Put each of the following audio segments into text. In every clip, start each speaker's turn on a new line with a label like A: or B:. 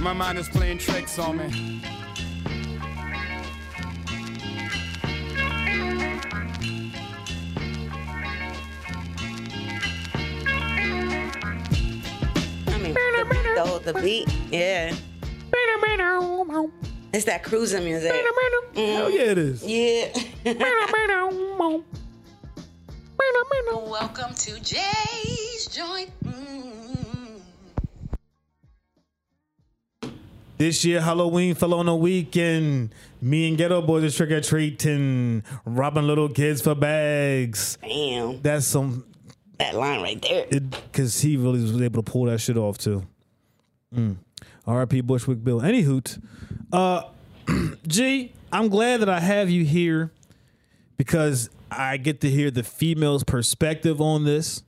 A: My mind is playing tricks on me.
B: I mean, the beat, though, the beat, yeah. It's that cruising music.
C: Hell yeah, it is.
B: Yeah.
D: Welcome to Jay's Joint. Mm.
C: This year, Halloween fell on a weekend. Me and Ghetto Boys are trick or treating, robbing little kids for bags.
B: Damn.
C: That's some,
B: That line right there.
C: because he really was able to pull that shit off too. Mm. R.I.P. Bushwick Bill. Any hoot. Uh, G, I'm glad that I have you here because I get to hear the female's perspective on this.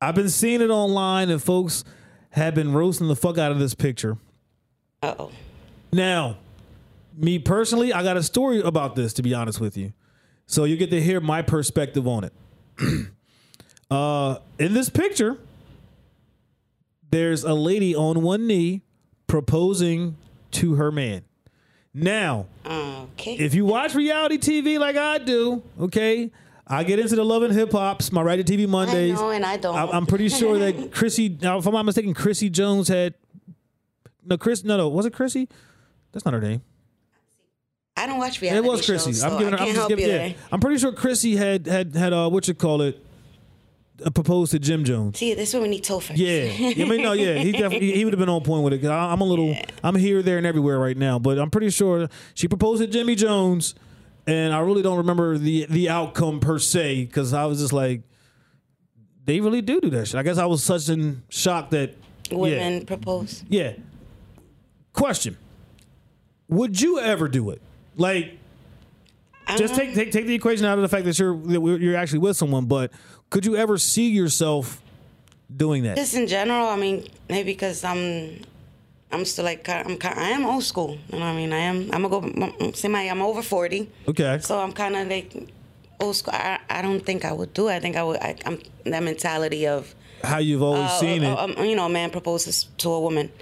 C: I've been seeing it online, and folks have been roasting the fuck out of this picture.
B: Uh oh.
C: Now, me personally, I got a story about this to be honest with you. So you get to hear my perspective on it. uh, in this picture, there's a lady on one knee proposing to her man. Now,
B: Okay.
C: if you watch reality TV like I do, okay, I get into the love and hip hops, my right to TV Mondays.
B: I know and I don't.
C: I- I'm pretty sure that Chrissy, now, if I'm not mistaken, Chrissy Jones had no Chris. No, no, was it Chrissy? That's not her name.
B: I don't watch
C: It
B: reality
C: was Chrissy.
B: shows, so
C: I'm giving her.
B: I can't
C: I'm just
B: help
C: giving.
B: you
C: Yeah,
B: there.
C: I'm pretty sure Chrissy had had had uh, what you call it, uh, proposed to Jim Jones.
B: See, this is when we need Topher.
C: Yeah, I mean, no, yeah, he definitely he would have been on point with it. 'cause I, I'm a little, I'm here, there, and everywhere right now, but I'm pretty sure she proposed to Jimmy Jones, and I really don't remember the the outcome per se because I was just like, they really do do that shit. I guess I was such in shock that yeah.
B: Women propose.
C: Yeah. Question: Would you ever do it? Like, just take, take take the equation out of the fact that you're that we're- you're actually with someone, but could you ever see yourself doing that?
B: Just in general, I mean, maybe because I'm, I'm still like, ki- I'm, ki- I am old school. You know what I mean? I am. I'm gonna go. I'm- Say my, I'm over forty,
C: okay.
B: so I'm kind of like old school. I, I don't think I would do. it. I think I would. I, I'm that mentality of,
C: How you've always
B: uh,
C: seen
B: uh,
C: it.
B: um, you know, a man proposes to a woman.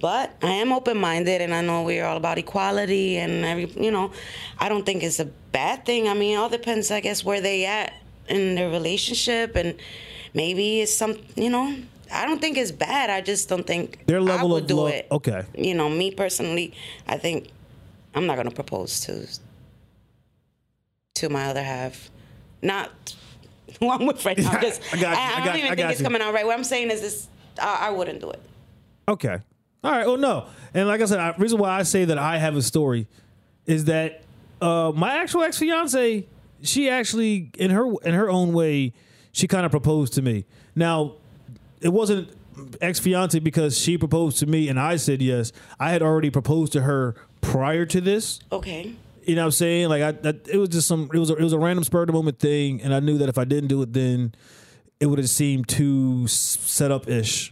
B: But I am open minded, and I know we are all about equality and every. You know, I don't think it's a bad thing. I mean, it all depends, I guess, where they at in their relationship, and maybe it's some. You know, I don't think it's bad. I just don't think
C: Their
B: I
C: level
B: would
C: of
B: do
C: love.
B: it.
C: Okay.
B: You know, me personally, I think I'm not gonna propose to to my other half. Not who I'm with right now. I'm just,
C: I
B: I,
C: got you,
B: I
C: I
B: don't
C: got you,
B: even
C: I
B: think
C: got
B: it's
C: you.
B: coming out right. What I'm saying is this: I, I wouldn't do it.
C: Okay. All right. Well, no. And like I said, I, reason why I say that I have a story is that uh, my actual ex fiance, she actually in her in her own way, she kind of proposed to me. Now, it wasn't ex fiance because she proposed to me and I said yes. I had already proposed to her prior to this.
B: Okay.
C: You know what I'm saying? Like I, I it was just some it was a, it was a random spur of the moment thing, and I knew that if I didn't do it then, it would have seemed too s- set up ish.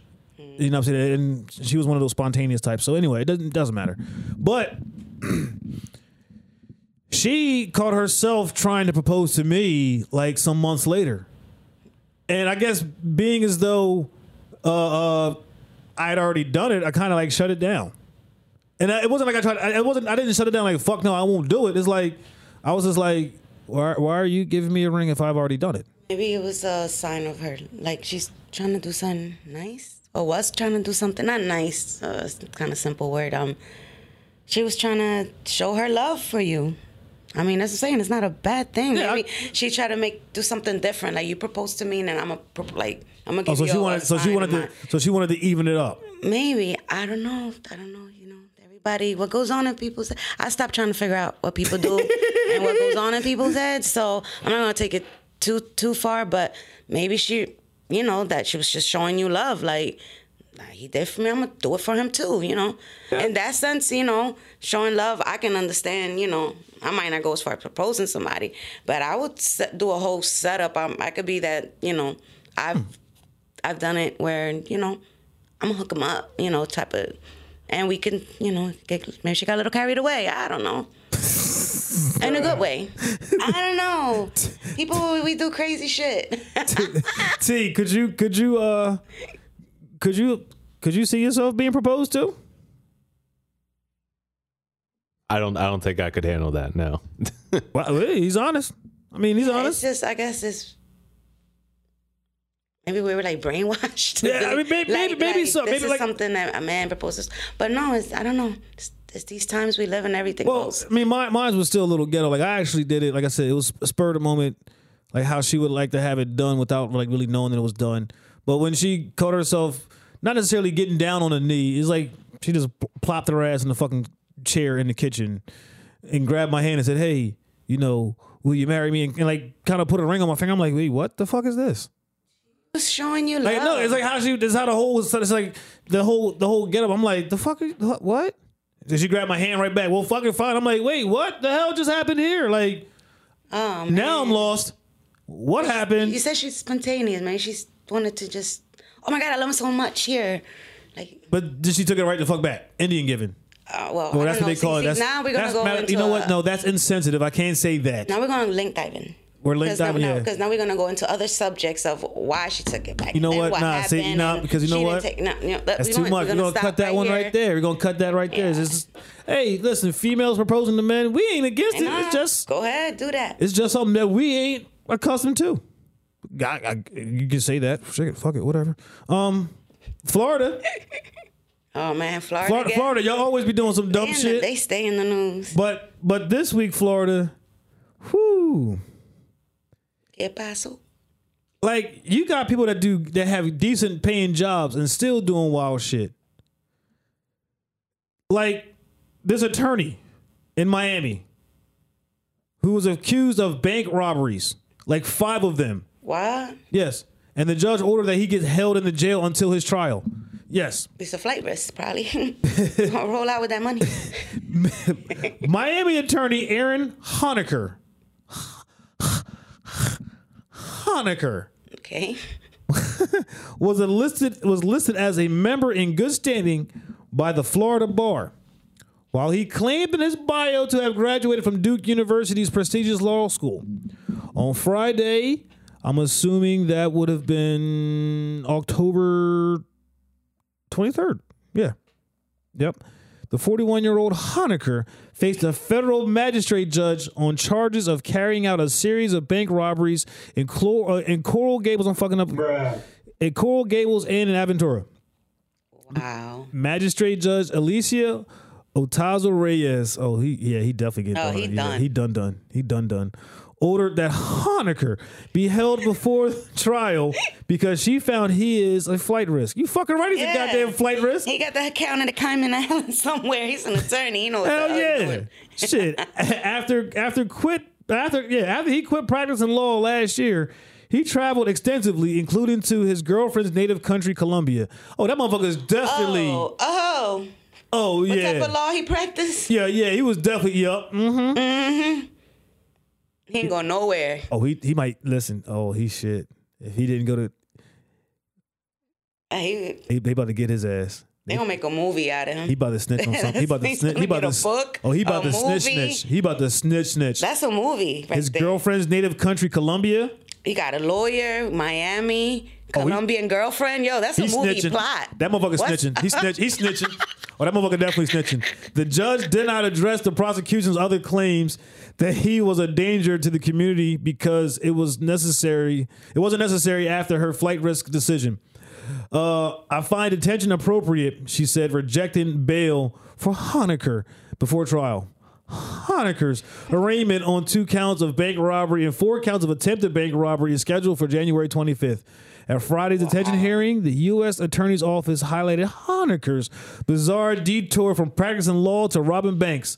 C: You know what I'm saying? And she was one of those spontaneous types. So anyway, it doesn't doesn't matter. But she caught herself trying to propose to me like some months later, and I guess being as though uh, uh, I'd already done it, I kind of like shut it down. And I, it wasn't like I tried. I, it wasn't. I didn't shut it down. Like fuck no, I won't do it. It's like I was just like, why, why are you giving me a ring if I've already done it?
B: Maybe it was a sign of her, like she's trying to do something nice, or was trying to do something not nice. Uh, kind of simple word. Um, she was trying to show her love for you. I mean, that's what I'm saying. It's not a bad thing.
C: Yeah, I-
B: Maybe she tried to make do something different. Like you proposed to me, and then I'm a pro- like I'm gonna give
C: Oh, so
B: you
C: she
B: a- a
C: wanted. So she
B: sign
C: wanted
B: of
C: to.
B: mine.
C: So she wanted to even it up.
B: Maybe I don't know. I don't know. You know, everybody. What goes on in people's? I stopped trying to figure out what people do and what goes on in people's heads. So I'm not gonna take it too too far. But maybe she, you know, that she was just showing you love. Like "Nah, he did for me. I'm gonna do it for him too. You know. In that sense, you know, showing love, I can understand. You know, I might not go as far as proposing somebody, but I would set, do a whole setup. i I could be that. You know, I've. I've done it where you know I'm gonna hook them up, you know, type of, and we can, you know, get, maybe she got a little carried away. I don't know, in a good way. I don't know. People, we do crazy shit.
C: T, could you? Could you? Uh, could you? Could you see yourself being proposed to?
E: I don't. I don't think I could handle that. No.
C: Well, hey, he's honest. I mean, he's
B: It's
C: honest.
B: just, I guess it's. Maybe we were like brainwashed.
C: Yeah, I mean, may- maybe- maybe so.
B: This
C: Maybe,
B: is
C: like-
B: something that a man proposes, but no, it's I don't know. It's, it's these times we live and everything.
C: Well,
B: goes.
C: I mean, my, mine was still a little ghetto. Like I actually did it. Like I said, it was a spur of the moment. Like how she would like to have it done without like really knowing that it was done. But when she caught herself, not necessarily getting down on a knee, it's like she just plopped her ass in the fucking chair in the kitchen and grabbed my hand and said, "Hey, you know, will you marry me?" And, and, like kind of put a ring on my finger. I'm like, "Wait, what the fuck is this?"
B: Who's showing you love?
C: Like no, it's like how she. That's how the whole. It's like the whole the whole getup. I'm like, the fuck? Are you, what- what? Then she grabbed my hand right back. Well, fucking fine. I'm like, wait, what the hell just happened here? Like
B: oh, man.
C: now I'm lost. What
B: You
C: happened?
B: said she's spontaneous, man. She's wanted to just. Oh my God, I love him so much here. Like,
C: But then she took it right the fuck back. Indian giving.
B: uh, well,
C: Well,
B: I don't
C: that's what
B: know.
C: they call
B: See,
C: it.
B: see,
C: That's
B: now we're gonna
C: that's
B: go
C: mad-
B: into
C: You know what?
B: a-
C: No, that's insensitive. I can't say that.
B: Now we're going to link diving.
C: We're link diving,
B: now,
C: yeah.
B: Because now we're gonna go into other subjects of why she took it back.
C: You know
B: and
C: what?
B: what
C: Nah, see,
B: happened
C: nah,
B: and
C: because you know
B: she didn't
C: what?
B: Take, no, no, that-
C: That's
B: we
C: too
B: don't-
C: much. We're gonna,
B: stop
C: cut that one
B: here.
C: right there. We're gonna cut that right there. It's
B: Yeah.
C: just, hey, listen, females proposing to men, we ain't against
B: And
C: it.
B: nah,
C: It's just
B: go ahead, do that.
C: It's just something that we ain't accustomed to. I, I- you can say that. Shit, fuck it, whatever. Um, Florida,
B: Oh man, Florida.
C: Florida,
B: again.
C: Florida. Y'all always be doing some dumb
B: Man,
C: shit.
B: They stay in the news.
C: but but this week, Florida, whoo,
B: Get paso.
C: like you got people that do that have decent paying jobs and still doing wild shit. Like this attorney in Miami who was accused of bank robberies, like five of them.
B: Why?
C: Yes. And the judge ordered that he gets held in the jail until his trial. Yes.
B: It's a flight risk, probably. Gonna roll out with that money.
C: Miami attorney Aaron Honecker. Honecker
B: Okay.
C: was a listed was listed as a member in good standing by the Florida bar. While he claimed in his bio to have graduated from Duke University's prestigious law school. On Friday, I'm assuming that would have been October 23rd. Yeah. Yep. The 41 year old Honecker faced a federal magistrate judge on charges of carrying out a series of bank robberies in, Clor- uh, in Coral Gables. I'm fucking up. In Coral Gables and in Aventura.
B: Wow.
C: Magistrate Judge Alicia Otazo Reyes. Oh, he yeah, he definitely gets
B: Oh, he done.
C: he done done. He done done. Ordered that Honecker be held before trial because she found he is a flight risk. You fucking right, he's a
B: Yeah.
C: goddamn flight risk.
B: He got the account in the Cayman Islands somewhere. He's an attorney. You know what the
C: Hell
B: hell he's
C: yeah!
B: doing.
C: Shit. After after quit after yeah after he quit practicing law last year, he traveled extensively, including to his girlfriend's native country, Colombia. Oh, that motherfucker is definitely.
B: Oh,
C: Oh,
B: oh. What
C: yeah.
B: type of law he practiced?
C: Yeah, yeah, he was definitely yup. Mm.
B: He ain't going nowhere.
C: Oh, he he might listen. Oh, he shit. If he didn't go to,
B: Uh, He,
C: he, they about to get his ass.
B: they
C: They-
B: gonna make a movie out of him.
C: He about to snitch on something. He about to
B: He's
C: snitch.
B: gonna
C: He about
B: get
C: to
B: a
C: s-
B: book,
C: Oh, he about
B: a
C: to snitch
B: movie.
C: snitch. He about to snitch snitch.
B: That's a movie. Right
C: his
B: there.
C: girlfriend's native country, Colombia.
B: He got a lawyer, Miami,
C: Oh, he-
B: Colombian girlfriend. Yo, that's a
C: He
B: movie
C: snitching.
B: plot.
C: That motherfucker
B: What?
C: snitching. He snitch. He snitching. Oh, that motherfucker definitely snitching. The judge did not address the prosecution's other claims that he was a danger to the community because it was necessary. It wasn't necessary after her flight risk decision. Uh, I find detention appropriate, she said, rejecting bail for Honecker before trial. Honecker's arraignment on two counts of bank robbery and four counts of attempted bank robbery is scheduled for January 25th. At Friday's detention hearing, the U.S. Attorney's Office highlighted Honecker's bizarre detour from practicing law to robbing banks,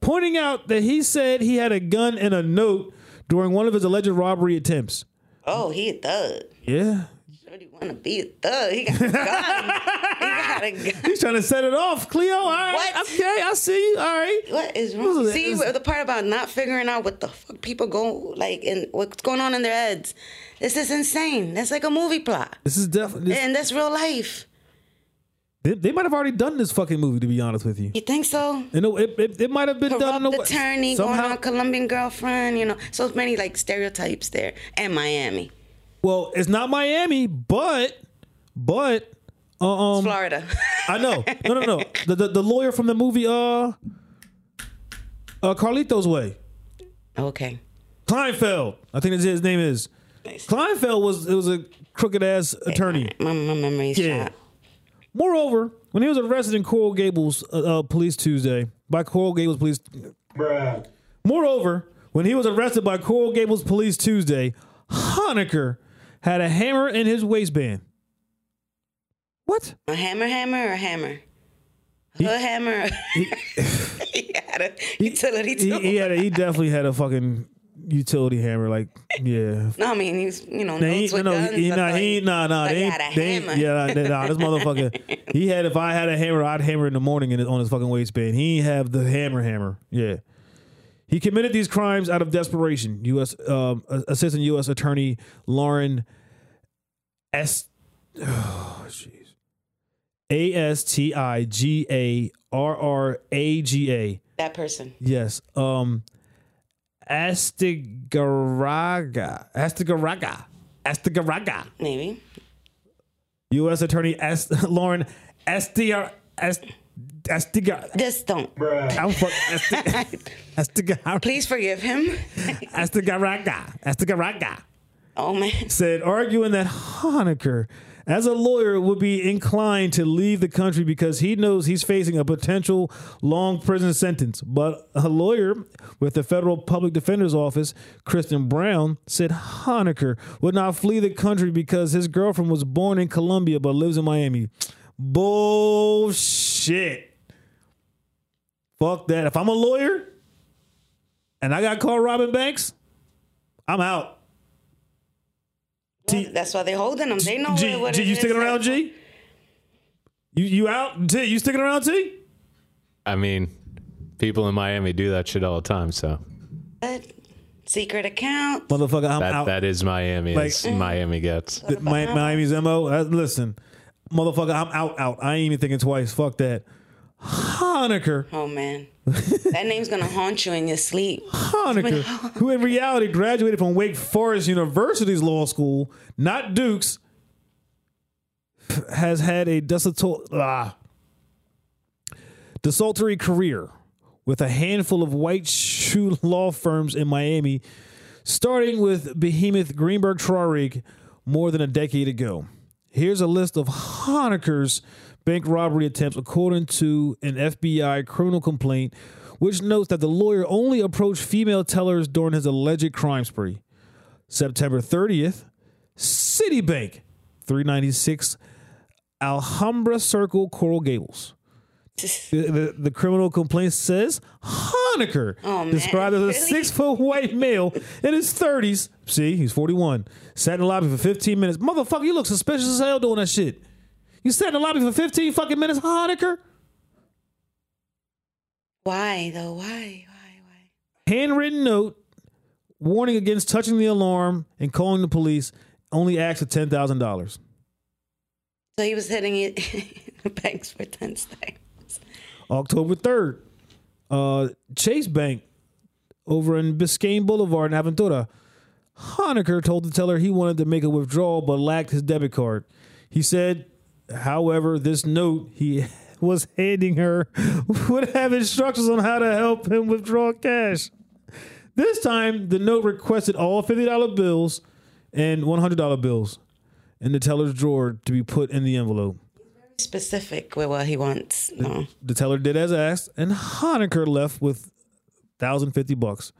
C: pointing out that he said he had a gun and a note during one of his alleged robbery attempts.
B: Oh, he a thug.
C: Yeah.
B: Sure do wanna be a thug. He got a gun. he got a gun.
C: He's trying to set it off, Cleo. All right.
B: What?
C: Okay, I see you. All right.
B: What is wrong?
C: Listen,
B: See
C: it's-
B: the part about not figuring out what the fuck people go like and what's going on in their heads. This is insane. That's like a movie plot,
C: This is definitely.
B: and that's real life.
C: They, they might have already done this fucking movie, to be honest with you.
B: You think so?
C: And it, it, it might have been done in a
B: Corrupt
C: way-
B: attorney going on Colombian girlfriend. You know, so many like stereotypes there, and Miami,
C: Well, it's not Miami, but but uh, um,
B: Florida.
C: I know. No, no, no. The, the the lawyer from the movie, uh, Uh, Carlito's Way.
B: Okay.
C: Kleinfeld. I think that's his name is. Kleinfeld was it was a crooked ass attorney.
B: My, my memory's
C: Yeah.
B: shot.
C: Moreover, when he was arrested in Coral Gables uh, uh, police Tuesday by Coral Gables police. Moreover, when he was arrested by Coral Gables police Tuesday, Honecker had a hammer in his waistband. What?
B: A hammer, hammer, or hammer? Hood hammer. He, had a utility
C: He,
B: tool.
C: he had a, he definitely had a fucking utility hammer. Like yeah,
B: no, I mean he's you know
C: Nah,
B: notes
C: he,
B: with
C: no,
B: guns.
C: he,
B: I
C: nah,
B: thought
C: he, nah,
B: thought
C: nah, they
B: he
C: ain't,
B: had a
C: they ain't-
B: hammer.
C: yeah, nah, nah, this motherfucker, he had, if I had a hammer, I'd hammer in the morning in, on his fucking waistband. He ain't have the hammer hammer, yeah. He committed these crimes out of desperation. U.S. Um, a- Assistant U.S. Attorney Lauren S. Oh, jeez. A S T I G A R R A G A.
B: that person.
C: Yes. Um Astigaraga. Astigaraga. Astigaraga.
B: Maybe.
C: U.S. Attorney Ast- Lauren Astigar Ast- Astigar.
B: Just don't.
C: I'm fuck Asti- Astigar
B: Please forgive him.
C: Astigaraga. Astigaraga
B: Oh man.
C: said, arguing that Honecker, as a lawyer, would be inclined to leave the country because he knows he's facing a potential long prison sentence. But a lawyer with the Federal Public Defender's Office, Kristen Brown, said Honecker would not flee the country because his girlfriend was born in Colombia but lives in Miami. Bullshit. Fuck that. If I'm a lawyer and I got caught robbing banks, I'm out. T-
B: That's why they holding him. They know
C: G,
B: what, what
C: G
B: it
C: you
B: is
C: sticking
B: that-
C: around, G? You you out? T, you sticking around, T?
E: I mean, people in Miami do that shit all the time. So
B: What? Secret account.
C: Motherfucker, I'm
E: that
C: out.
E: that is Miami.
C: Like-
E: as Miami gets.
C: Th- Mi- Miami's mo. Uh, listen, motherfucker, I'm out. Out. I ain't even thinking twice. Fuck that. Honecker,
B: Oh man. that name's gonna haunt you in your sleep.
C: Honecker, who in reality graduated from Wake Forest University's law school, not Duke's, has had a desulto- ah, desultory career with a handful of white shoe law firms in Miami, starting with behemoth Greenberg Traurig more than a decade ago. Here's a list of Honecker's bank robbery attempts according to an FBI criminal complaint, which notes that the lawyer only approached female tellers during his alleged crime spree. September 30th, Citibank, 396 Alhambra Circle, Coral Gables. The, the, the criminal complaint says Honecker,
B: Oh, man.
C: described as a
B: Really?
C: six foot white male in his 30s. See, he's 41. Sat in the lobby for 15 minutes. Motherfucker, you look suspicious as hell doing that shit. You sat in the lobby for 15 fucking minutes, Honecker?
B: Why though? Why? Why? Why?
C: handwritten note warning against touching the alarm and calling the police only asks for ten thousand dollars.
B: So he was hitting it the banks for ten stacks.
C: October third, uh, Chase Bank over in Biscayne Boulevard in Aventura. Honecker told the teller he wanted to make a withdrawal but lacked his debit card. He said, however, this note he was handing her would have instructions on how to help him withdraw cash. This time, the note requested all $50 bills and $100 bills in the teller's drawer to be put in the envelope.
B: Specific with what he wants. No.
C: The teller did as asked, and Honecker left with thousand fifty bucks.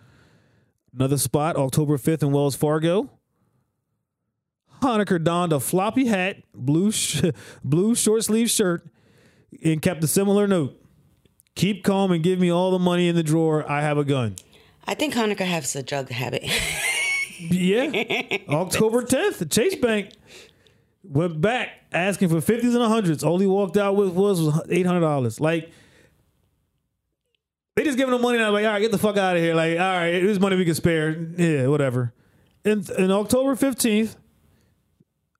C: Another spot, October fifth in Wells Fargo. Honecker donned a floppy hat, blue sh- blue short sleeve shirt, and kept a similar note: "Keep calm and give me all the money in the drawer. I have a gun."
B: I think Hanukkah has a drug habit.
C: Yeah. October 10th, the Chase Bank went back asking for 50s and 100s. All he walked out with was was $800. Like, they just giving him money and I'm like, all right, get the fuck out of here. Like, all right, here's money we can spare. Yeah, whatever. And, and October 15th,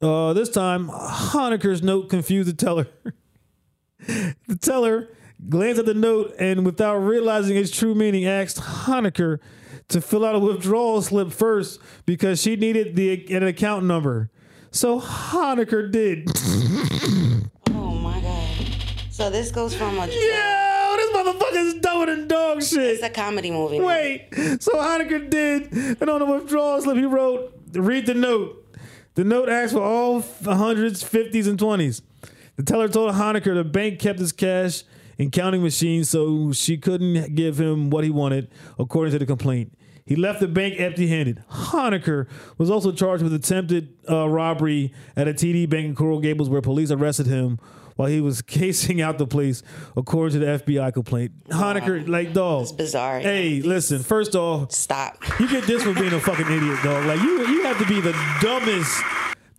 C: uh, this time, Honecker's note confused the teller. the teller glanced at the note and, without realizing its true meaning, asked Honecker to fill out a withdrawal slip first because she needed the an account number. So Honecker did.
B: oh my god. So this goes from a
C: Yo, this motherfuckers doing and dog shit.
B: It's a comedy movie. now.
C: Wait, so Honecker did, and on the withdrawal slip, he wrote, read the note. The note asked for all f- hundreds, fifties, and twenties. The teller told Honecker the bank kept his cash in counting machines, so she couldn't give him what he wanted, according to the complaint. He left the bank empty handed. Honecker was also charged with attempted uh, robbery at a TD bank in Coral Gables, where police arrested him while he was casing out the place, according to the FBI complaint. Honecker, like, dog.
B: It's bizarre.
C: Hey, listen. First off,
B: Stop.
C: you get this for being a fucking idiot, dog. Like you, you have to be the dumbest,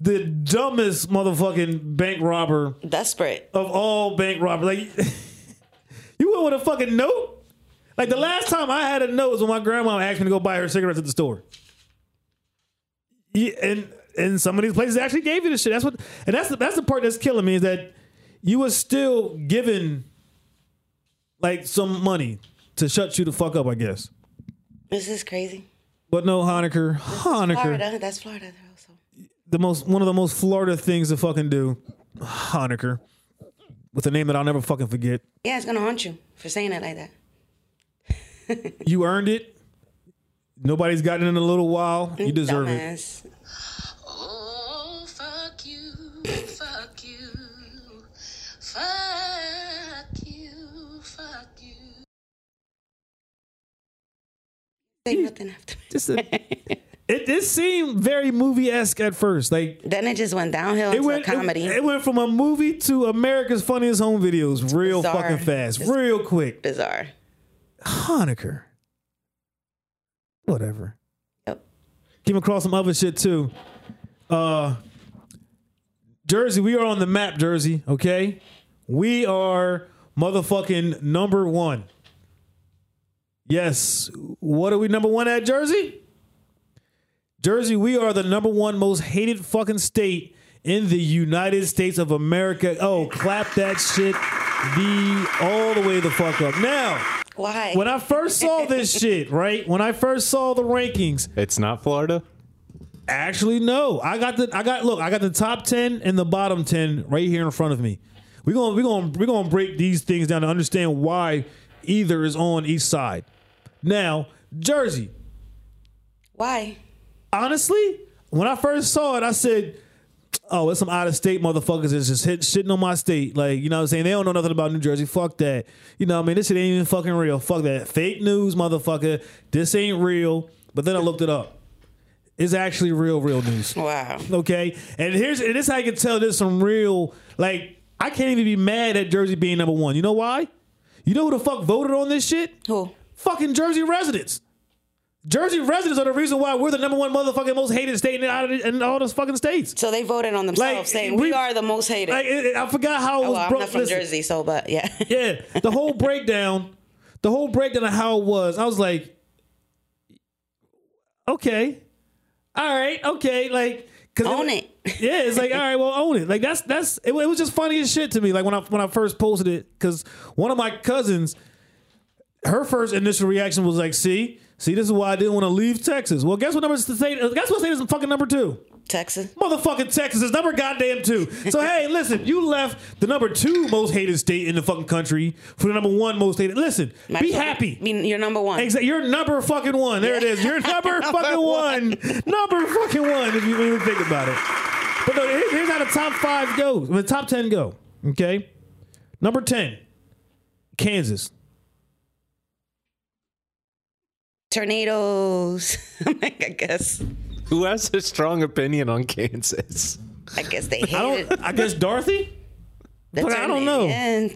C: the dumbest motherfucking bank robber
B: Desperate.
C: of all bank robbers. Like you went with a fucking note. Like the last time I had a note was when my grandma asked me to go buy her cigarettes at the store. Yeah, and and some of these places actually gave you this shit. That's what, and that's the, that's the part that's killing me is that you were still given like some money to shut you the fuck up, I guess.
B: This is crazy.
C: But no, Honecker, Honecker,
B: Florida. That's Florida. though, so.
C: the most one of the most Florida things to fucking do, Honecker, with a name that I'll never fucking forget.
B: Yeah, it's gonna haunt you for saying it like that.
C: You earned it. Nobody's gotten it in a little while. You deserve it.
B: Dumbass.
D: Oh, fuck you, fuck you, fuck you, fuck you.
B: Say nothing after.
C: Just a, it. It seemed very movie esque at first. Like
B: Then it just went downhill
C: it
B: into
C: went.
B: a comedy.
C: It, it went from a movie to America's Funniest Home Videos, real
B: bizarre.
C: fucking fast,
B: It's-
C: real quick.
B: Bizarre.
C: Honecker. Whatever.
B: Yep.
C: came across some other shit too. Uh, Jersey, we are on the map, Jersey. Okay, we are motherfucking number one. Yes, what are we number one at, Jersey? Jersey, we are the number one most hated fucking state in the United States of America. Oh, clap that shit the all the way the fuck up. Now,
B: Why?
C: when I first saw this shit, right? When I first saw the rankings,
E: It's not Florida.
C: Actually, no. I got the I got look. I got the top ten and the bottom ten right here in front of me. We're gonna we're gonna we're gonna break these things down to understand why either is on each side. Now, Jersey.
B: Why?
C: Honestly, when I first saw it, I said, "Oh, it's some out of state motherfuckers that's just hit, shitting on my state." Like you know, what I'm saying they don't know nothing about New Jersey. Fuck that. You know, what I mean this shit ain't even fucking real. Fuck that fake news, motherfucker. This ain't real. But then I looked it up. It's actually real, real news.
B: Wow.
C: Okay, and here's and this how I can tell there's some real like I can't even be mad at Jersey being number one. You know why? You know who the fuck voted on this shit?
B: Who?
C: Fucking Jersey residents. Jersey residents are the reason why we're the number one motherfucking most hated state in, out of the- in all those fucking states.
B: So they voted on themselves,
C: Like,
B: saying we,
C: we-
B: are the most hated.
C: Like it, it- I forgot how it
B: oh,
C: was
B: well, I'm
C: broke-
B: not from
C: listen,
B: Jersey, so but yeah.
C: Yeah, the whole breakdown, the whole breakdown of how it was. I was like, okay, all right, okay, like 'cause
B: Own it.
C: yeah, it's like all right, well, own it. Like that's that's it, wa- it was just funny as shit to me. Like when I when I first posted it, because one of my cousins, her first initial reaction was like, "See, see, this is why I didn't want to leave Texas." Well, guess what number is the state? uh, Guess what state is fucking number two?
B: Texas.
C: Motherfucking Texas is number goddamn two. So hey, listen, you left the number two most hated state in the fucking country for the number one most hated. Listen,
B: Might
C: be
B: as well
C: happy.
B: Be, you're number one.
C: Exactly. You're number fucking one. There it is. You're number fucking one. Number fucking one. If you even think about it. But no, here- here's how the top five goes. The top ten go. Okay. Number ten, Kansas.
B: Tornadoes. like, I guess.
E: Who has a strong opinion on Kansas?
B: I guess they hated.
C: I don't. I guess Dorothy.
B: the
C: but I don't
B: tornado.
C: know.
B: Yeah,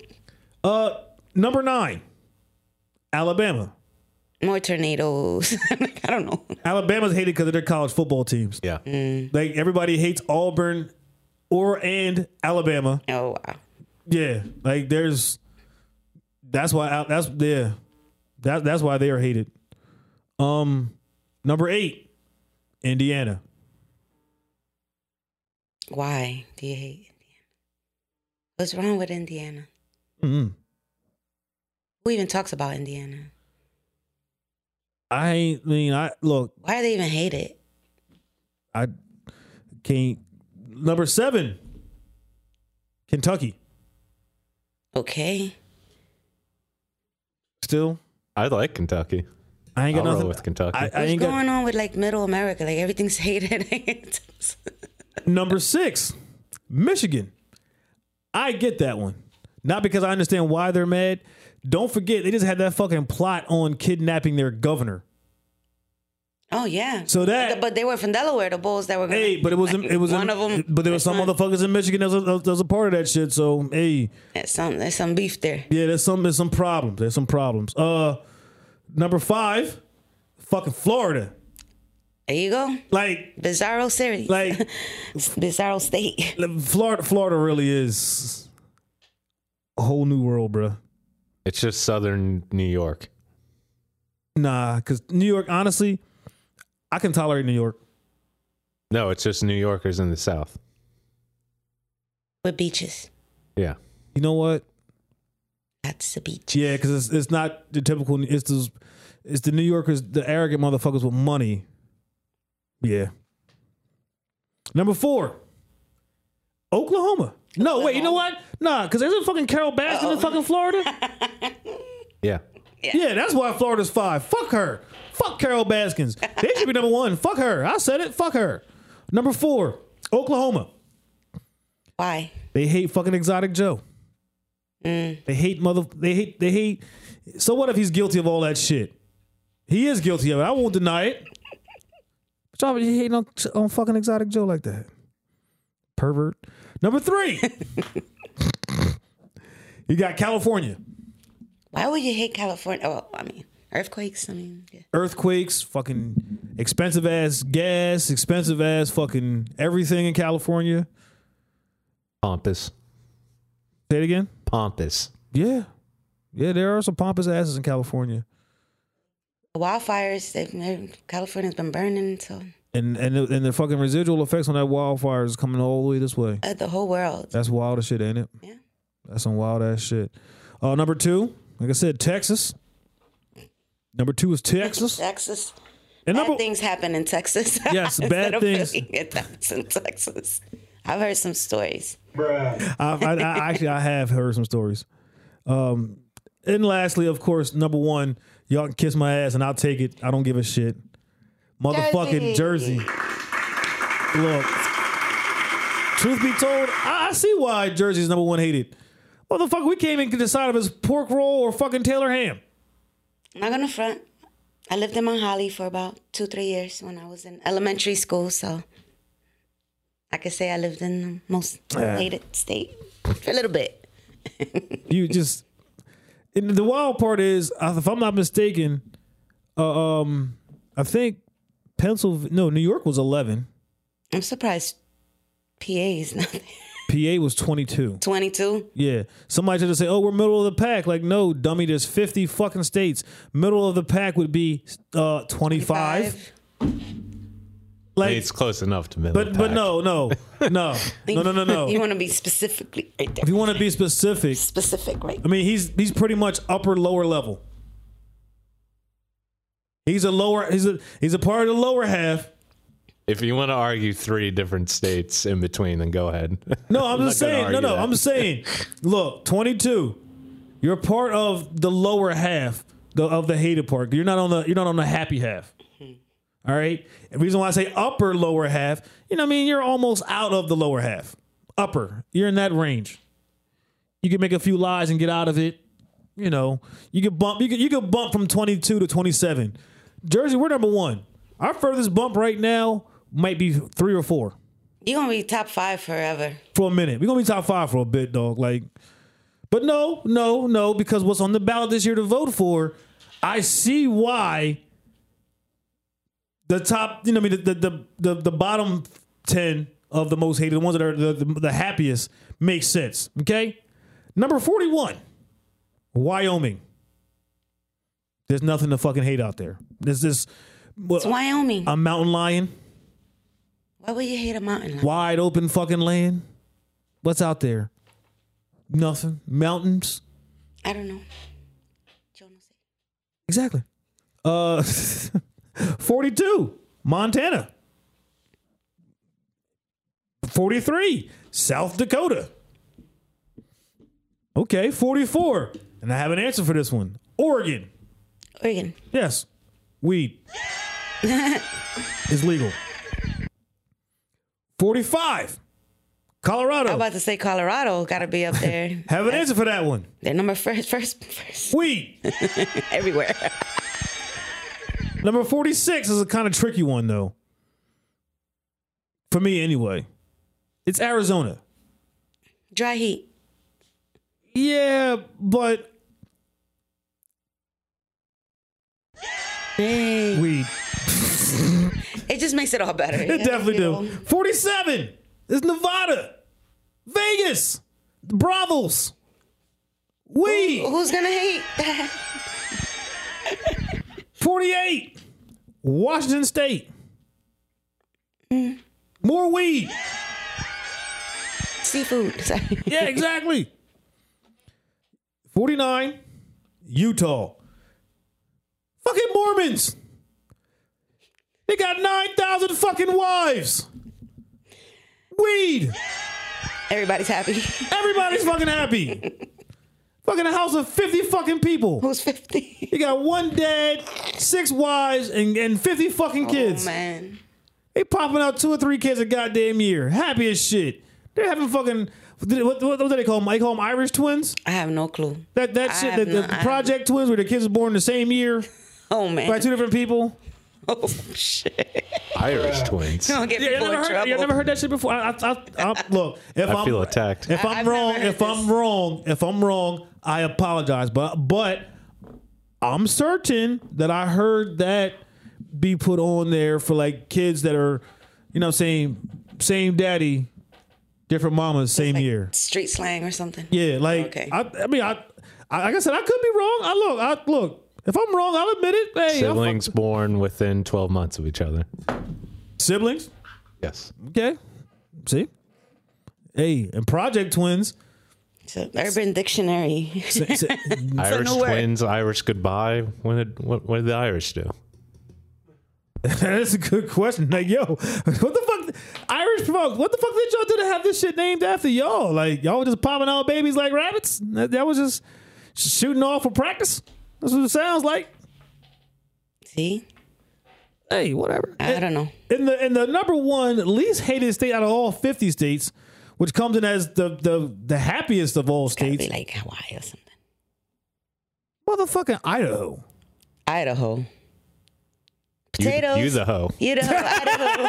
C: Uh, number nine, Alabama.
B: more tornadoes. Like, I don't know.
C: Alabama's hated because of their college football teams.
E: Yeah.
C: Like everybody hates Auburn or and Alabama.
B: Oh wow.
C: Yeah, like there's. That's why. Al- That's yeah. That that's why they are hated. Um, number eight, Indiana.
B: Why do you hate Indiana? What's wrong with Indiana?
C: Mm-mm.
B: Who even talks about Indiana?
C: I ain't mean I look.
B: Why do they even hate it?
C: I can't. Number seven, Kentucky.
B: Okay.
C: still.
E: I like Kentucky.
C: I ain't got
E: I'll roll
C: nothing
E: with Kentucky.
C: I, I
B: What's
C: ain't got
B: going on with like Middle America? Like everything's hated.
C: number six, Michigan. I get that one. Not because I understand why they're mad. Don't forget, they just had that fucking plot on kidnapping their governor.
B: oh yeah.
C: So that-
B: But they were from Delaware, the Bulls that were. Gonna,
C: Hey, but it was it was
B: one of them.
C: But there was some motherfuckers in Michigan that was, that was a part of that shit. So hey,
B: There's some there's some beef there.
C: yeah, there's some there's some problems. There's some problems. Uh, number five, fucking Florida.
B: There you go.
C: Like
B: Bizarro city.
C: like
B: Bizarro state.
C: Florida. Florida really is a whole new world, bruh.
E: It's just Southern New York.
C: Nah, because New York, honestly, I can tolerate New York.
E: No, it's just New Yorkers in the South.
B: With beaches.
E: Yeah.
C: You know what?
B: That's the beach.
C: Yeah, because it's, it's not the typical. It's those, it's the New Yorkers, the arrogant motherfuckers with money. Yeah. Number four, Oklahoma. No, wait. You know what? Nah, because there's a fucking Carol Baskin in fucking Florida.
E: Yeah.
C: yeah, that's why Florida's five. Fuck her. Fuck Carol Baskins. They should be number one. Fuck her. I said it. Fuck her. Number four, Oklahoma.
B: Why?
C: They hate fucking exotic Joe. They hate mother. They hate. They hate. So what if he's guilty of all that shit? He is guilty of it. I won't deny it. But y'all be hating on, on fucking exotic Joe like that, pervert. Number three. you got California
B: Why would you hate California? Oh, I mean earthquakes. I mean, yeah.
C: earthquakes, fucking expensive ass gas, expensive ass fucking everything in California.
E: Pompous.
C: Say it again.
E: Pompous.
C: Yeah, yeah. There are some pompous asses in California.
B: wildfires. They've, California's been burning, so
C: and and the, and the fucking residual effects on that wildfire is coming all the way this way.
B: uh, the whole world.
C: That's wild as shit, ain't it?
B: Yeah.
C: That's some wild ass shit. Uh, number two, like I said, Texas. Number two is Texas,
B: Texas.
C: and
B: Bad
C: number
B: things happen in Texas.
C: Yes,
B: Instead
C: bad
B: of
C: things.
B: feeling It happens in Texas. I've heard some stories.
C: I, I, I actually I have heard some stories. Um, and lastly, of course, number one, y'all can kiss my ass and I'll take it. I don't give a shit. Motherfucking Jersey. Look, truth be told, I, I see why Jersey's number one hated. Motherfucker, we can't even decide if it's pork roll or fucking Taylor ham.
B: I'm not gonna front. I lived in Mount Holly for about two, three years when I was in elementary school, so I could say I lived in the most hated state for a little bit.
C: You just. And the wild part is, if I'm not mistaken, uh, um, I think Pennsylvania, no, New York was 11,
B: I'm surprised PA is not there.
C: PA was 22.
B: 22.
C: Yeah. Somebody should just say, oh, we're middle of the pack. Like, no, dummy, there's 50 fucking states. Middle of the pack would be uh, 25. Like,
E: It's close enough to middle.
C: but but
E: pack.
C: no, no, no, no, no, no,
B: You
C: no.
B: want to be specifically right there.
C: If you want to be specific,
B: specific, right?
C: I mean, he's he's pretty much upper lower level. He's a lower. He's a he's a part of the lower half.
E: If you want to argue three different states in between, then go ahead.
C: No, I'm,
E: I'm
C: just
E: not gonna
C: saying. No,
E: argue
C: no,
E: that.
C: I'm saying. Look, 22. You're part of the lower half the, of the hated part. You're not on the you're not on the happy half. All right. The reason why I say upper lower half, you know, what I mean, you're almost out of the lower half. Upper, you're in that range. You can make a few lies and get out of it. You know, you could bump. You could you could bump from 22 to 27. Jersey, we're number one. Our furthest bump right now might be three or four
B: You're gonna be top five forever.
C: for a minute. We're gonna be top five for a bit, dog. Like, but no, no, no, because what's on the ballot this year to vote for, I see why the top, you know, I mean, the the the, the, the bottom ten of the most hated, the ones that are the, the, the happiest, makes sense. Okay, number forty-one, Wyoming. There's nothing to fucking hate out there. There's this
B: It's Wyoming.
C: a mountain lion,
B: Why would you hate a mountain? lion?
C: wide open fucking land. What's out there? Nothing. Mountains.
B: I don't know. Jonas.
C: Exactly. Uh, 42, Montana. 43, South Dakota. Okay, 44, And I have an answer for this one. Oregon.
B: Oregon.
C: Yes. Weed is legal. 45. Colorado.
B: I'm about to say Colorado. Got to be up there.
C: have an answer for that one.
B: They're number first, first, first
C: Weed.
B: everywhere.
C: Number 46 is a kind of tricky one, though. For me, anyway. It's Arizona.
B: Dry heat.
C: Yeah, but
B: Hey.
C: weed.
B: It just makes it all better.
C: It definitely do. 47 is Nevada. Vegas. The Brothels. Weed.
B: Who's gonna hate?
C: 48. Washington State. More weed.
B: Seafood. Sorry.
C: Yeah, exactly. 49. Utah. Fucking Mormons. They got 9,000 fucking wives. Weed.
B: Everybody's happy.
C: Everybody's fucking happy. fucking a house of 50 fucking people.
B: Who's fifty?
C: You got one dad, six wives, and, and 50 fucking kids.
B: Oh man.
C: They popping out two or three kids a goddamn year. Happy as shit. They're having fucking what, what, what do they call them? They call them Irish twins.
B: I have no clue.
C: That that
B: I
C: shit.
B: have
C: That, the
B: no- I have-
C: project twins where the kids were born the same year
B: Oh man.
C: by two different people.
B: Oh shit.
E: Irish twins.
B: Don't get
C: Yeah, you
B: people
C: never
B: in
C: heard,
B: trouble.
C: you never heard that shit before. I, I, I, I, look, if
E: I
C: am
E: feel attacked.
C: If I'm
B: I've
C: wrong,
B: never heard
C: if I'm wrong, if I'm wrong, I apologize. But but I'm certain that I heard that be put on there for like kids that are, you know, same same daddy, different mamas, same year.
B: Street slang or something.
C: Yeah, like
B: Okay.
C: I, I mean, I, I like I said, I could be wrong. I look, I look. If I'm wrong, I'll admit it. Hey, I fuck-
E: Siblings born within 12 months of each other.
C: siblings.
E: Yes.
C: Okay, see, hey, and Project Twins.
B: It's an Urban Dictionary.
C: Sa- sa-
E: Irish
B: new word.
E: twins, Irish goodbye. When did, what, what did the Irish do?
C: That's a good question. Like, yo, what the fuck, Irish folks? What the fuck did y'all do to have this shit named after y'all? Like, y'all were just popping out babies like rabbits. That, that was just shooting off for practice. That's what it sounds like.
B: See?
C: Hey, whatever.
B: I don't know.
C: in the in the number one least hated state out of all 50 states, which comes in as the the, the happiest of all
B: Gotta
C: states,
B: be like Hawaii or something.
C: motherfucking Idaho.
B: Idaho.
E: You,
B: Potatoes.
E: you the hoe.
B: You know, Idaho.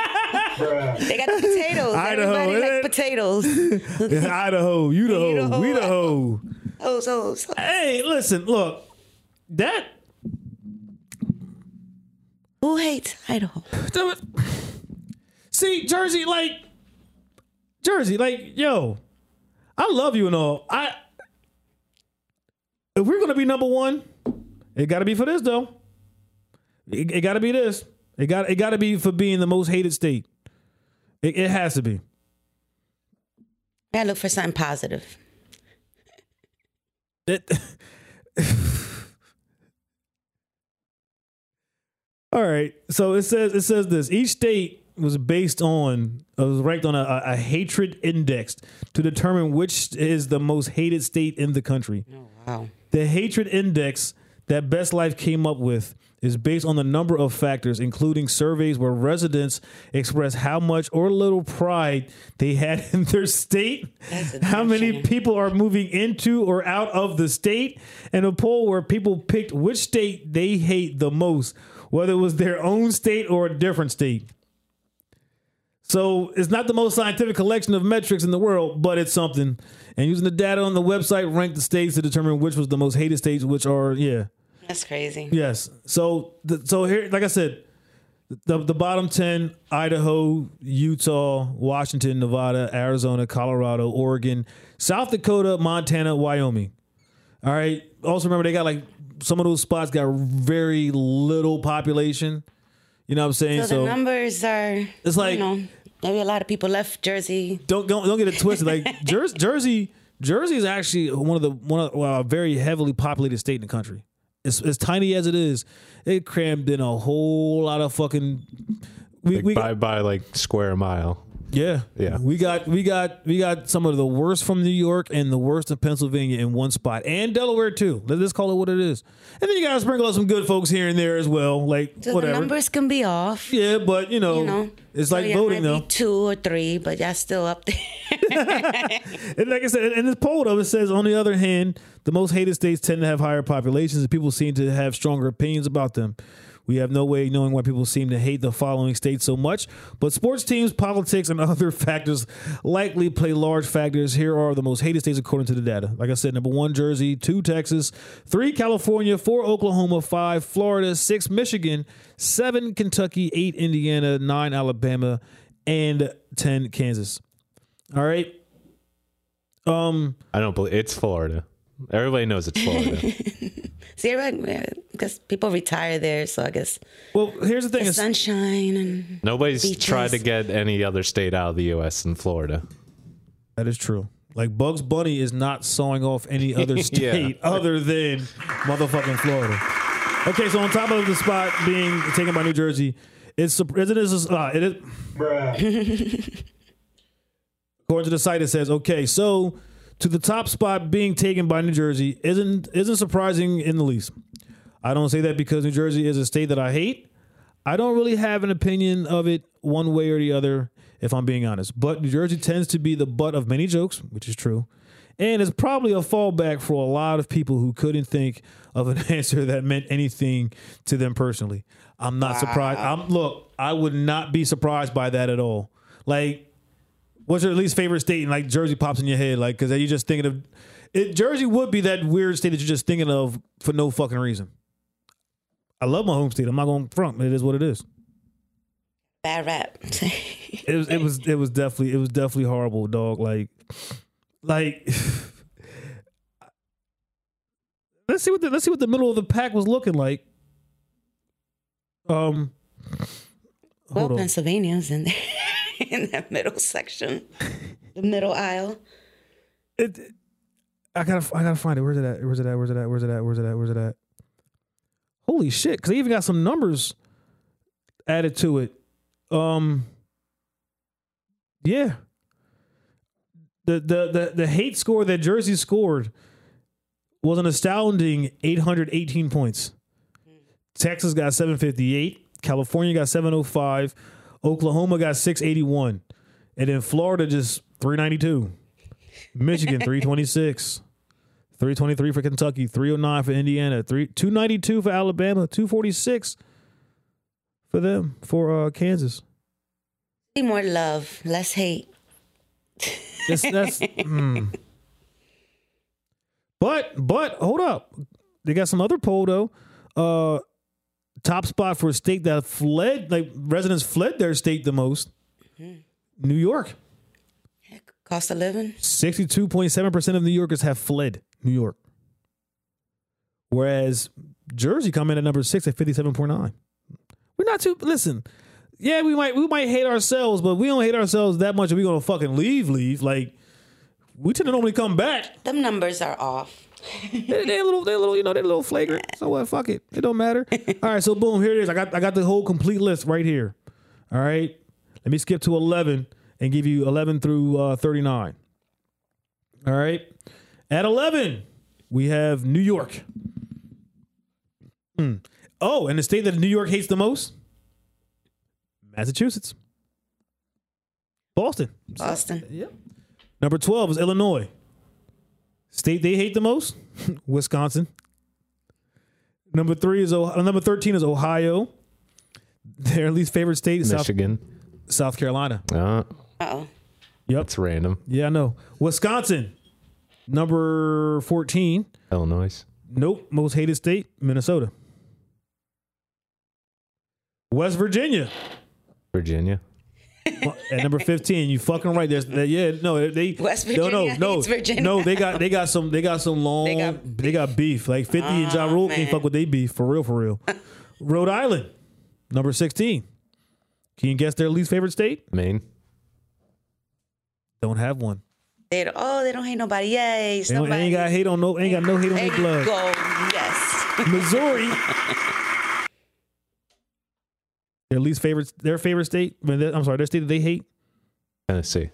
B: they got the potatoes.
C: Idaho,
B: Everybody
C: eh?
B: like potatoes.
C: Idaho, you the
B: You the
C: hoe, we
B: hoe.
C: the hoe.
B: oh, so, so.
C: Hey, listen, look, that
B: Who hates Idaho?
C: Damn it. See, Jersey, like Jersey, like yo, I love you and all. I if we're gonna be number one, it got to be for this though. It, it got to be this. It got it got to be for being the most hated state. It, it has to be.
B: Gotta look for something positive.
C: It- All right. So it says it says this. Each state was based on uh, was ranked on a, a, a hatred index to determine which is the most hated state in the country.
B: Oh, wow.
C: The hatred index that Best Life came up with is based on the number of factors, including surveys where residents express how much or little pride they had in their state,
B: a
C: how many
B: shame.
C: people are moving into or out of the state, and a poll where people picked which state they hate the most, whether it was their own state or a different state. So it's not the most scientific collection of metrics in the world, but it's something. And using the data on the website ranked the states to determine which was the most hated states, which are yeah,
B: That's crazy.
C: yes. So the, so here, like I said, the the bottom ten: Idaho, Utah, Washington, Nevada, Arizona, Colorado, Oregon, South Dakota, Montana, Wyoming. All right. Also remember they got like some of those spots got very little population. You know what I'm saying?
B: So, the numbers are.
C: It's like-
B: You know, maybe a lot of people left Jersey.
C: don't don't don't get it twisted. Like Jersey, Jersey, Jersey is actually one of the one of well, a very heavily populated state in the country. It's as tiny as it is, it crammed in a whole lot of fucking. We, we
E: by, by like square mile.
C: Yeah,
E: Yeah.
C: We got we got we got some of the worst from New York and the worst of Pennsylvania in one spot, and Delaware too. Let- Let's call it what it is. And then you gotta sprinkle out some good folks here and there as well, like
B: So
C: whatever.
B: the numbers can be off.
C: yeah, but you know,
B: You know,
C: it's
B: So
C: like
B: yeah, it
C: voting
B: might
C: though.
B: be Two or three, but y'all still up there.
C: And like I said, in this poll though, it says on the other hand, the most hated states tend to have higher populations, and people seem to have stronger opinions about them. We have no way of knowing why people seem to hate the following states so much, but sports teams, politics, and other factors likely play large factors. Here are the most hated states according to the data. Like I said, number one, Jersey, two, Texas, three, California, four, Oklahoma, five, Florida, six, Michigan, seven, Kentucky, eight, Indiana, nine, Alabama, and 10, Kansas. All right. Um,
E: I don't believe it's Florida. Everybody knows it's Florida.
B: See, right? Because people retire there, so I guess
C: well, here's the thing:
B: the
C: is,
B: sunshine and
E: Nobody's
B: Beaches.
E: tried to get any other state out of the U.S. than Florida.
C: that is true. Like Bugs Bunny is not sawing off any other state other than motherfucking Florida. Okay, so on top of the spot being taken by New Jersey, it's sup- it is uh, it is. According to the site, it says okay, so to the top spot being taken by New Jersey isn't isn't surprising in the least. I don't say that because New Jersey is a state that I hate. I don't really have an opinion of it one way or the other, if I'm being honest. But New Jersey tends to be the butt of many jokes, which is true. And it's probably a fallback for a lot of people who couldn't think of an answer that meant anything to them personally. I'm not surprised. I'm look, I would not be surprised by that at all. Like, what's your least favorite state? And like Jersey pops in your head, like because you just thinking of it. Jersey would be that weird state that you're just thinking of for no fucking reason. I love my home state. I'm not going to front. but It is what it is.
B: bad rap.
C: It was. It was. It was definitely. It was definitely horrible, dog. Like, like. let's see what the let's see what the middle of the pack was looking like. Um.
B: well,
C: Hold on.
B: Pennsylvania's in there in that middle section, the middle aisle.
C: It, I gotta. I gotta find it. Where's it at? Where's it at? Where's it at? Where's it at? Where's it at? Where's it at? Holy shit! Because they even got some numbers added to it. Um. Yeah. The the the the hate score that Jersey scored was an astounding 818 points. Texas got 758. California got 705. Oklahoma got 681. And then Florida just 392. Michigan 326. 323 for Kentucky, 309 for Indiana, 3 292 for Alabama, 246 for them for uh, Kansas.
B: Need more love, less hate.
C: That's, that's mm. But but hold up, they got some other poll though. Uh, top spot for a state that fled, like residents fled their state the most. New York,
B: Heck, Cost of living.
C: sixty-two point seven percent of New Yorkers have fled New York, whereas Jersey come in at number six at fifty-seven point nine. We're not too listen. Yeah, we might we might hate ourselves, but we don't hate ourselves that much. We're gonna fucking leave, leave. Like we tend to normally come back.
B: Them numbers are off.
C: They- They're a little, they're a little, you know, they're a little flagrant. So what? Fuck it. It don't matter. All right. So boom, here it is. I got, I got the whole complete list right here. All right. Let me skip to eleven and give you eleven through uh, thirty-nine. All right. At eleven, we have New York. Hmm. Oh, and the state that New York hates the most, Massachusetts, Boston.
B: Boston.
C: Number 12 is Illinois. State they hate the most? Wisconsin. Number 3 is Ohio, number 13 is Ohio. Their least favorite state is South,
E: Michigan.
C: South Carolina.
E: Uh,
B: Uh oh.
E: it's random.
C: Yeah, I know. Wisconsin. Number 14.
E: Illinois.
C: Nope, most hated state, Minnesota. West Virginia.
E: Virginia.
C: Well, at number 15 you fucking right there's that yeah no they
B: West
C: no no
B: Virginia
C: no
B: hates Virginia.
C: no they got they got some they got some long they got
B: got
C: beef, like 50 and Ja
B: Oh,
C: Rule
B: man.
C: can't fuck with they beef for real for real Rhode Island number 16 can you guess their least favorite state
E: Maine.
C: don't have one
B: They don't- oh they don't hate nobody. Yay.
C: they, don't, they
B: somebody.
C: ain't got hate on no ain't got no hate on
B: There
C: their
B: you
C: blood
B: go. Yes.
C: Missouri. their least favorite, their favorite state. I mean, their- I'm sorry, their state that they hate,
E: Tennessee.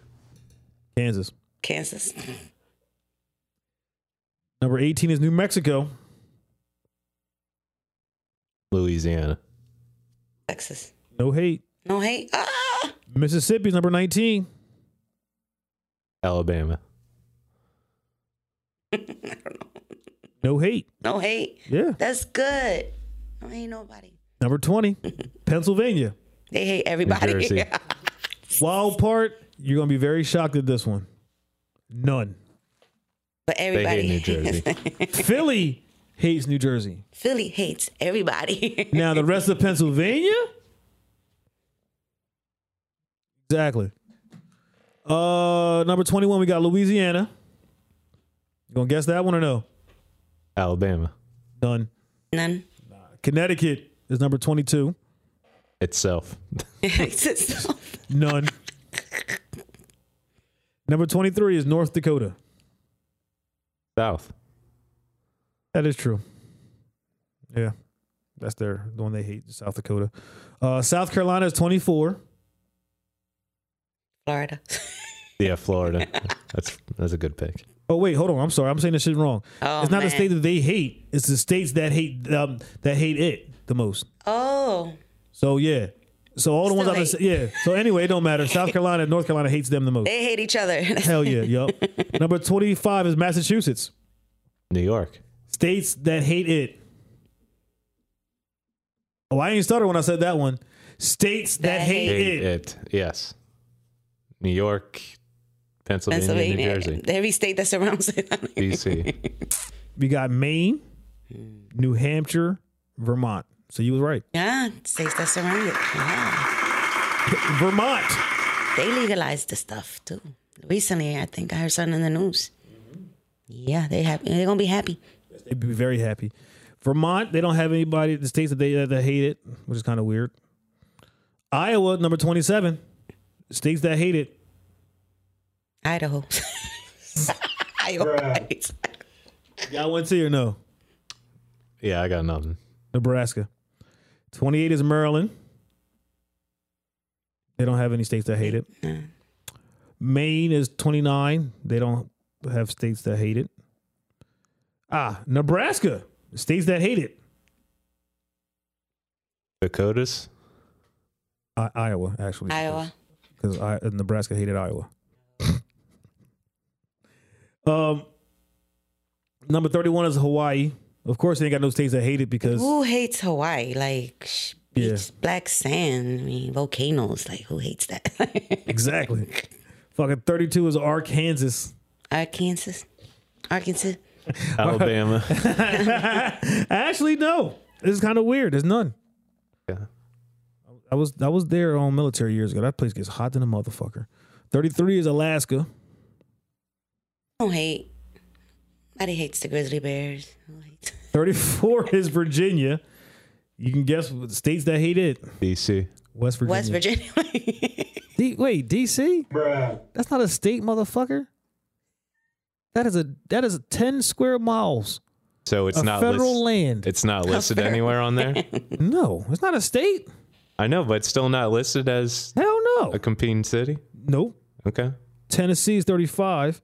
C: Kansas.
B: Kansas.
C: Number 18 is New Mexico.
E: Louisiana.
B: Texas.
C: No hate.
B: No hate. Ah!
C: Mississippi's number 19.
E: Alabama.
C: No hate.
B: No hate.
C: Yeah.
B: That's good. No hate nobody.
C: Number 20, Pennsylvania.
B: They hate
E: New
B: everybody.
E: Jersey.
C: Wild part, you're going to be very shocked at this one. None.
B: but
E: They
B: everybody.
E: hate New Jersey.
C: Philly hates New Jersey.
B: Philly hates everybody.
C: Now, the rest of Pennsylvania? Exactly. Uh, number 21, we got Louisiana. You going to guess that one or no?
E: Alabama
C: None.
B: None.
C: Connecticut is number 22.
E: itself.
C: None. Number 23 is North Dakota.
E: South.
C: That is true. Yeah. That's their the one they hate, South Dakota. Uh, South Carolina is 24.
B: Florida.
E: Yeah, Florida. That's that's a good pick.
C: Oh wait, hold on. I'm sorry. I'm saying this shit wrong.
B: Oh,
C: it's not the
B: man.
C: state that they hate. It's the states that hate um, that hate it the most.
B: Oh,
C: So yeah. So all the ones
B: Still
C: I've been sa- yeah. So anyway, it don't matter. South Carolina, and North Carolina hates them the most.
B: they hate each other.
C: Hell yeah, yup. Number 25 is Massachusetts.
E: New York.
C: States that hate it. Oh, I ain't stutter when I said that one. States that,
B: That
C: hate,
E: Hate
C: it.
E: it. Yes. New York, Pennsylvania,
B: Pennsylvania.
E: New Jersey,
B: Every state that surrounds it.
E: DC.
C: We got Maine, New Hampshire, Vermont. So you was right.
B: yeah, states that surround it. Yeah.
C: Vermont.
B: They legalized the stuff too. Recently, I think I heard something in the news.
E: Mm-hmm.
B: Yeah, they happy. They're gonna be happy.
C: They'd be very happy. Vermont, they don't have anybody the states that they that hate it, which is kind of weird. Iowa, number 27. States that hate it.
B: Idaho. Iowa.
C: Y'all went to or no?
E: Yeah, I got nothing.
C: Nebraska. 28 is Maryland. They don't have any states that hate it. Maine is 29. They don't have states that hate it. Ah, Nebraska. States that hate it.
E: Dakotas.
C: I- Iowa, actually.
B: Iowa.
C: Because I- uh, Nebraska hated Iowa. um, Number 31 is Hawaii. Of course, they ain't got no states that hate it because
B: Who hates Hawaii? Like sh-
C: Yeah.
B: beach, black sand, I mean, volcanoes. Like who hates that?
C: exactly. Fucking 32 is Arkansas.
B: Arkansas. Arkansas.
E: Alabama.
C: Actually, no. This is kind of weird. There's none.
E: yeah.
C: I was I was there on military years ago. That place gets hot than a motherfucker. Thirty three is Alaska.
B: I don't hate. Nobody hates the grizzly bears. Who hates-
C: Thirty four is Virginia. You can guess what states that hate it.
E: DC.
C: West Virginia.
B: West Virginia.
C: D- wait, DC? That's not a state, motherfucker. That is a that is ten square miles.
E: So it's
C: of
E: not
C: federal
E: lis-
C: land.
E: It's not listed anywhere on there.
C: no, it's not a state.
E: I know, but it's still not listed as
C: Hell no.
E: a competing city.
C: Nope.
E: Okay.
C: Tennessee is 35.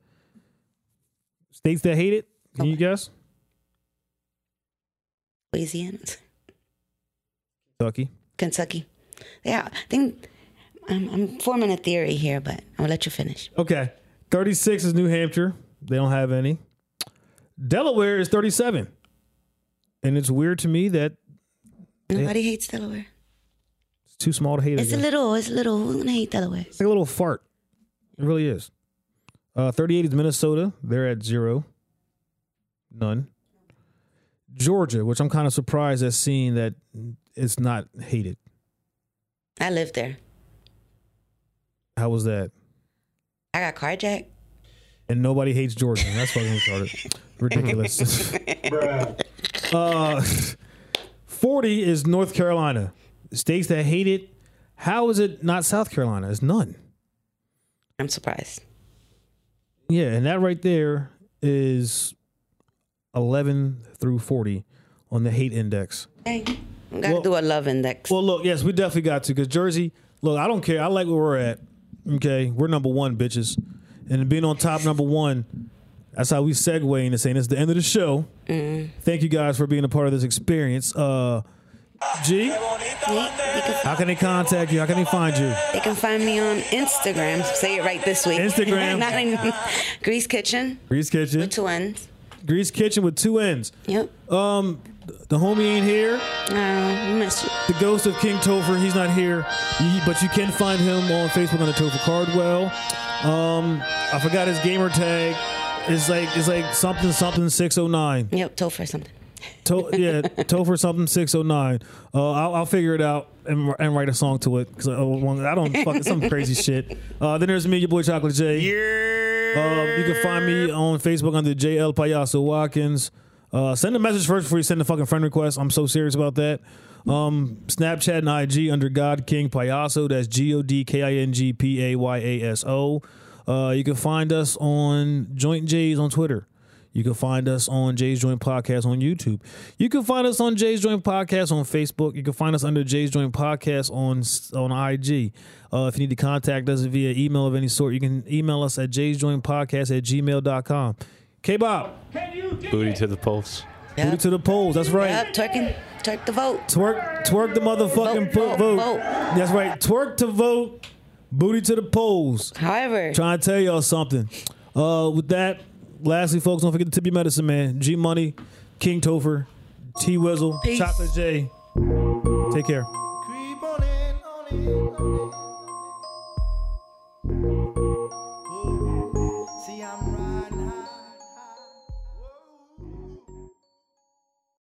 C: States that hate it. Can you guess?
B: Louisiana.
C: Kentucky.
B: Kentucky. Yeah, I think I'm, I'm forming a theory here, but I'll let you finish.
C: Okay. 36 is New Hampshire. They don't have any. Delaware is 37. And it's weird to me that
B: Nobody hates Delaware.
C: it's too small to hate. I
B: It's a
C: guess.
B: little. It's a little. Who's gonna hate Delaware?
C: It's like a little fart. It really is. Uh, 38 is Minnesota. They're at zero. None. Georgia, which I'm kind of surprised at seeing that it's not hated.
B: I lived there.
C: How was that?
B: I got carjacked.
C: and nobody hates Georgia. That's fucking retarded. Ridiculous. uh, 40 is North Carolina. States that hate it. How is it not South Carolina? It's none.
B: I'm surprised.
C: Yeah, and that right there is 11 through 40 on the hate index.
B: Hey, we gotta
C: Well-
B: do a love index.
C: Well, look, yes, we definitely got to because Jersey, look, I don't care. I like where we're at. Okay, we're number one, bitches, and being on top number one. That's how we segue into saying it's the end of the show.
B: Mm.
C: Thank you guys for being a part of this experience. Uh, G,
B: Yeah, you can-
C: how can they contact you? How can they find you?
B: They can find me on Instagram. Say it right this week.
C: Instagram.
B: Not in- Grease Kitchen
C: Grease Kitchen,
B: with two N's.
C: Grease Kitchen with two N's.
B: Yep.
C: Um, the homie ain't here.
B: Uh, miss you.
C: The ghost of King Topher, he's not here, Ye- but you can find him on Facebook under Topher Cardwell. Um, I forgot his gamer tag. It's like it's like something something six oh nine.
B: Yep, Topher or something.
C: To- yeah, Topher something six oh nine. Uh, I'll, I'll figure it out and, and write a song to it because I, I don't fuck some crazy shit. Uh, then there's me, your boy Chocolate J. Um, you can find me on Facebook under JL Payaso Watkins. Uh, send a message first before you send a fucking friend request. I'm so serious about that. Um, Snapchat and IG under God King Payaso. That's G O D K I N G P A Y A S O. Uh, you can find us on Joint J's on Twitter. You can find us on Jay's Joint Podcast on YouTube. You can find us on Jay's Joint Podcast on Facebook. You can find us under Jay's Joint Podcast on s- on IG. Uh, if you need to contact us via email of any sort, you can email us at Jay's Joint Podcast at gmail.com. K Bob,
E: Booty to the pulse.
C: booty to the polls. That's right.
B: Yep, twerking. Twerk the vote.
C: Twerk, twerk the motherfucking
B: Vote,
C: po-
B: vote,
C: vote.
B: vote.
C: That's right. Twerk to vote, booty to the polls.
B: However,
C: Trying to tell y'all something. Uh, with that, lastly, folks, don't forget to tip your medicine, man. G Money, King Topher, T Wizzle,
B: Peace.
C: Chocolate J. Take care.
F: Creep on in, on in.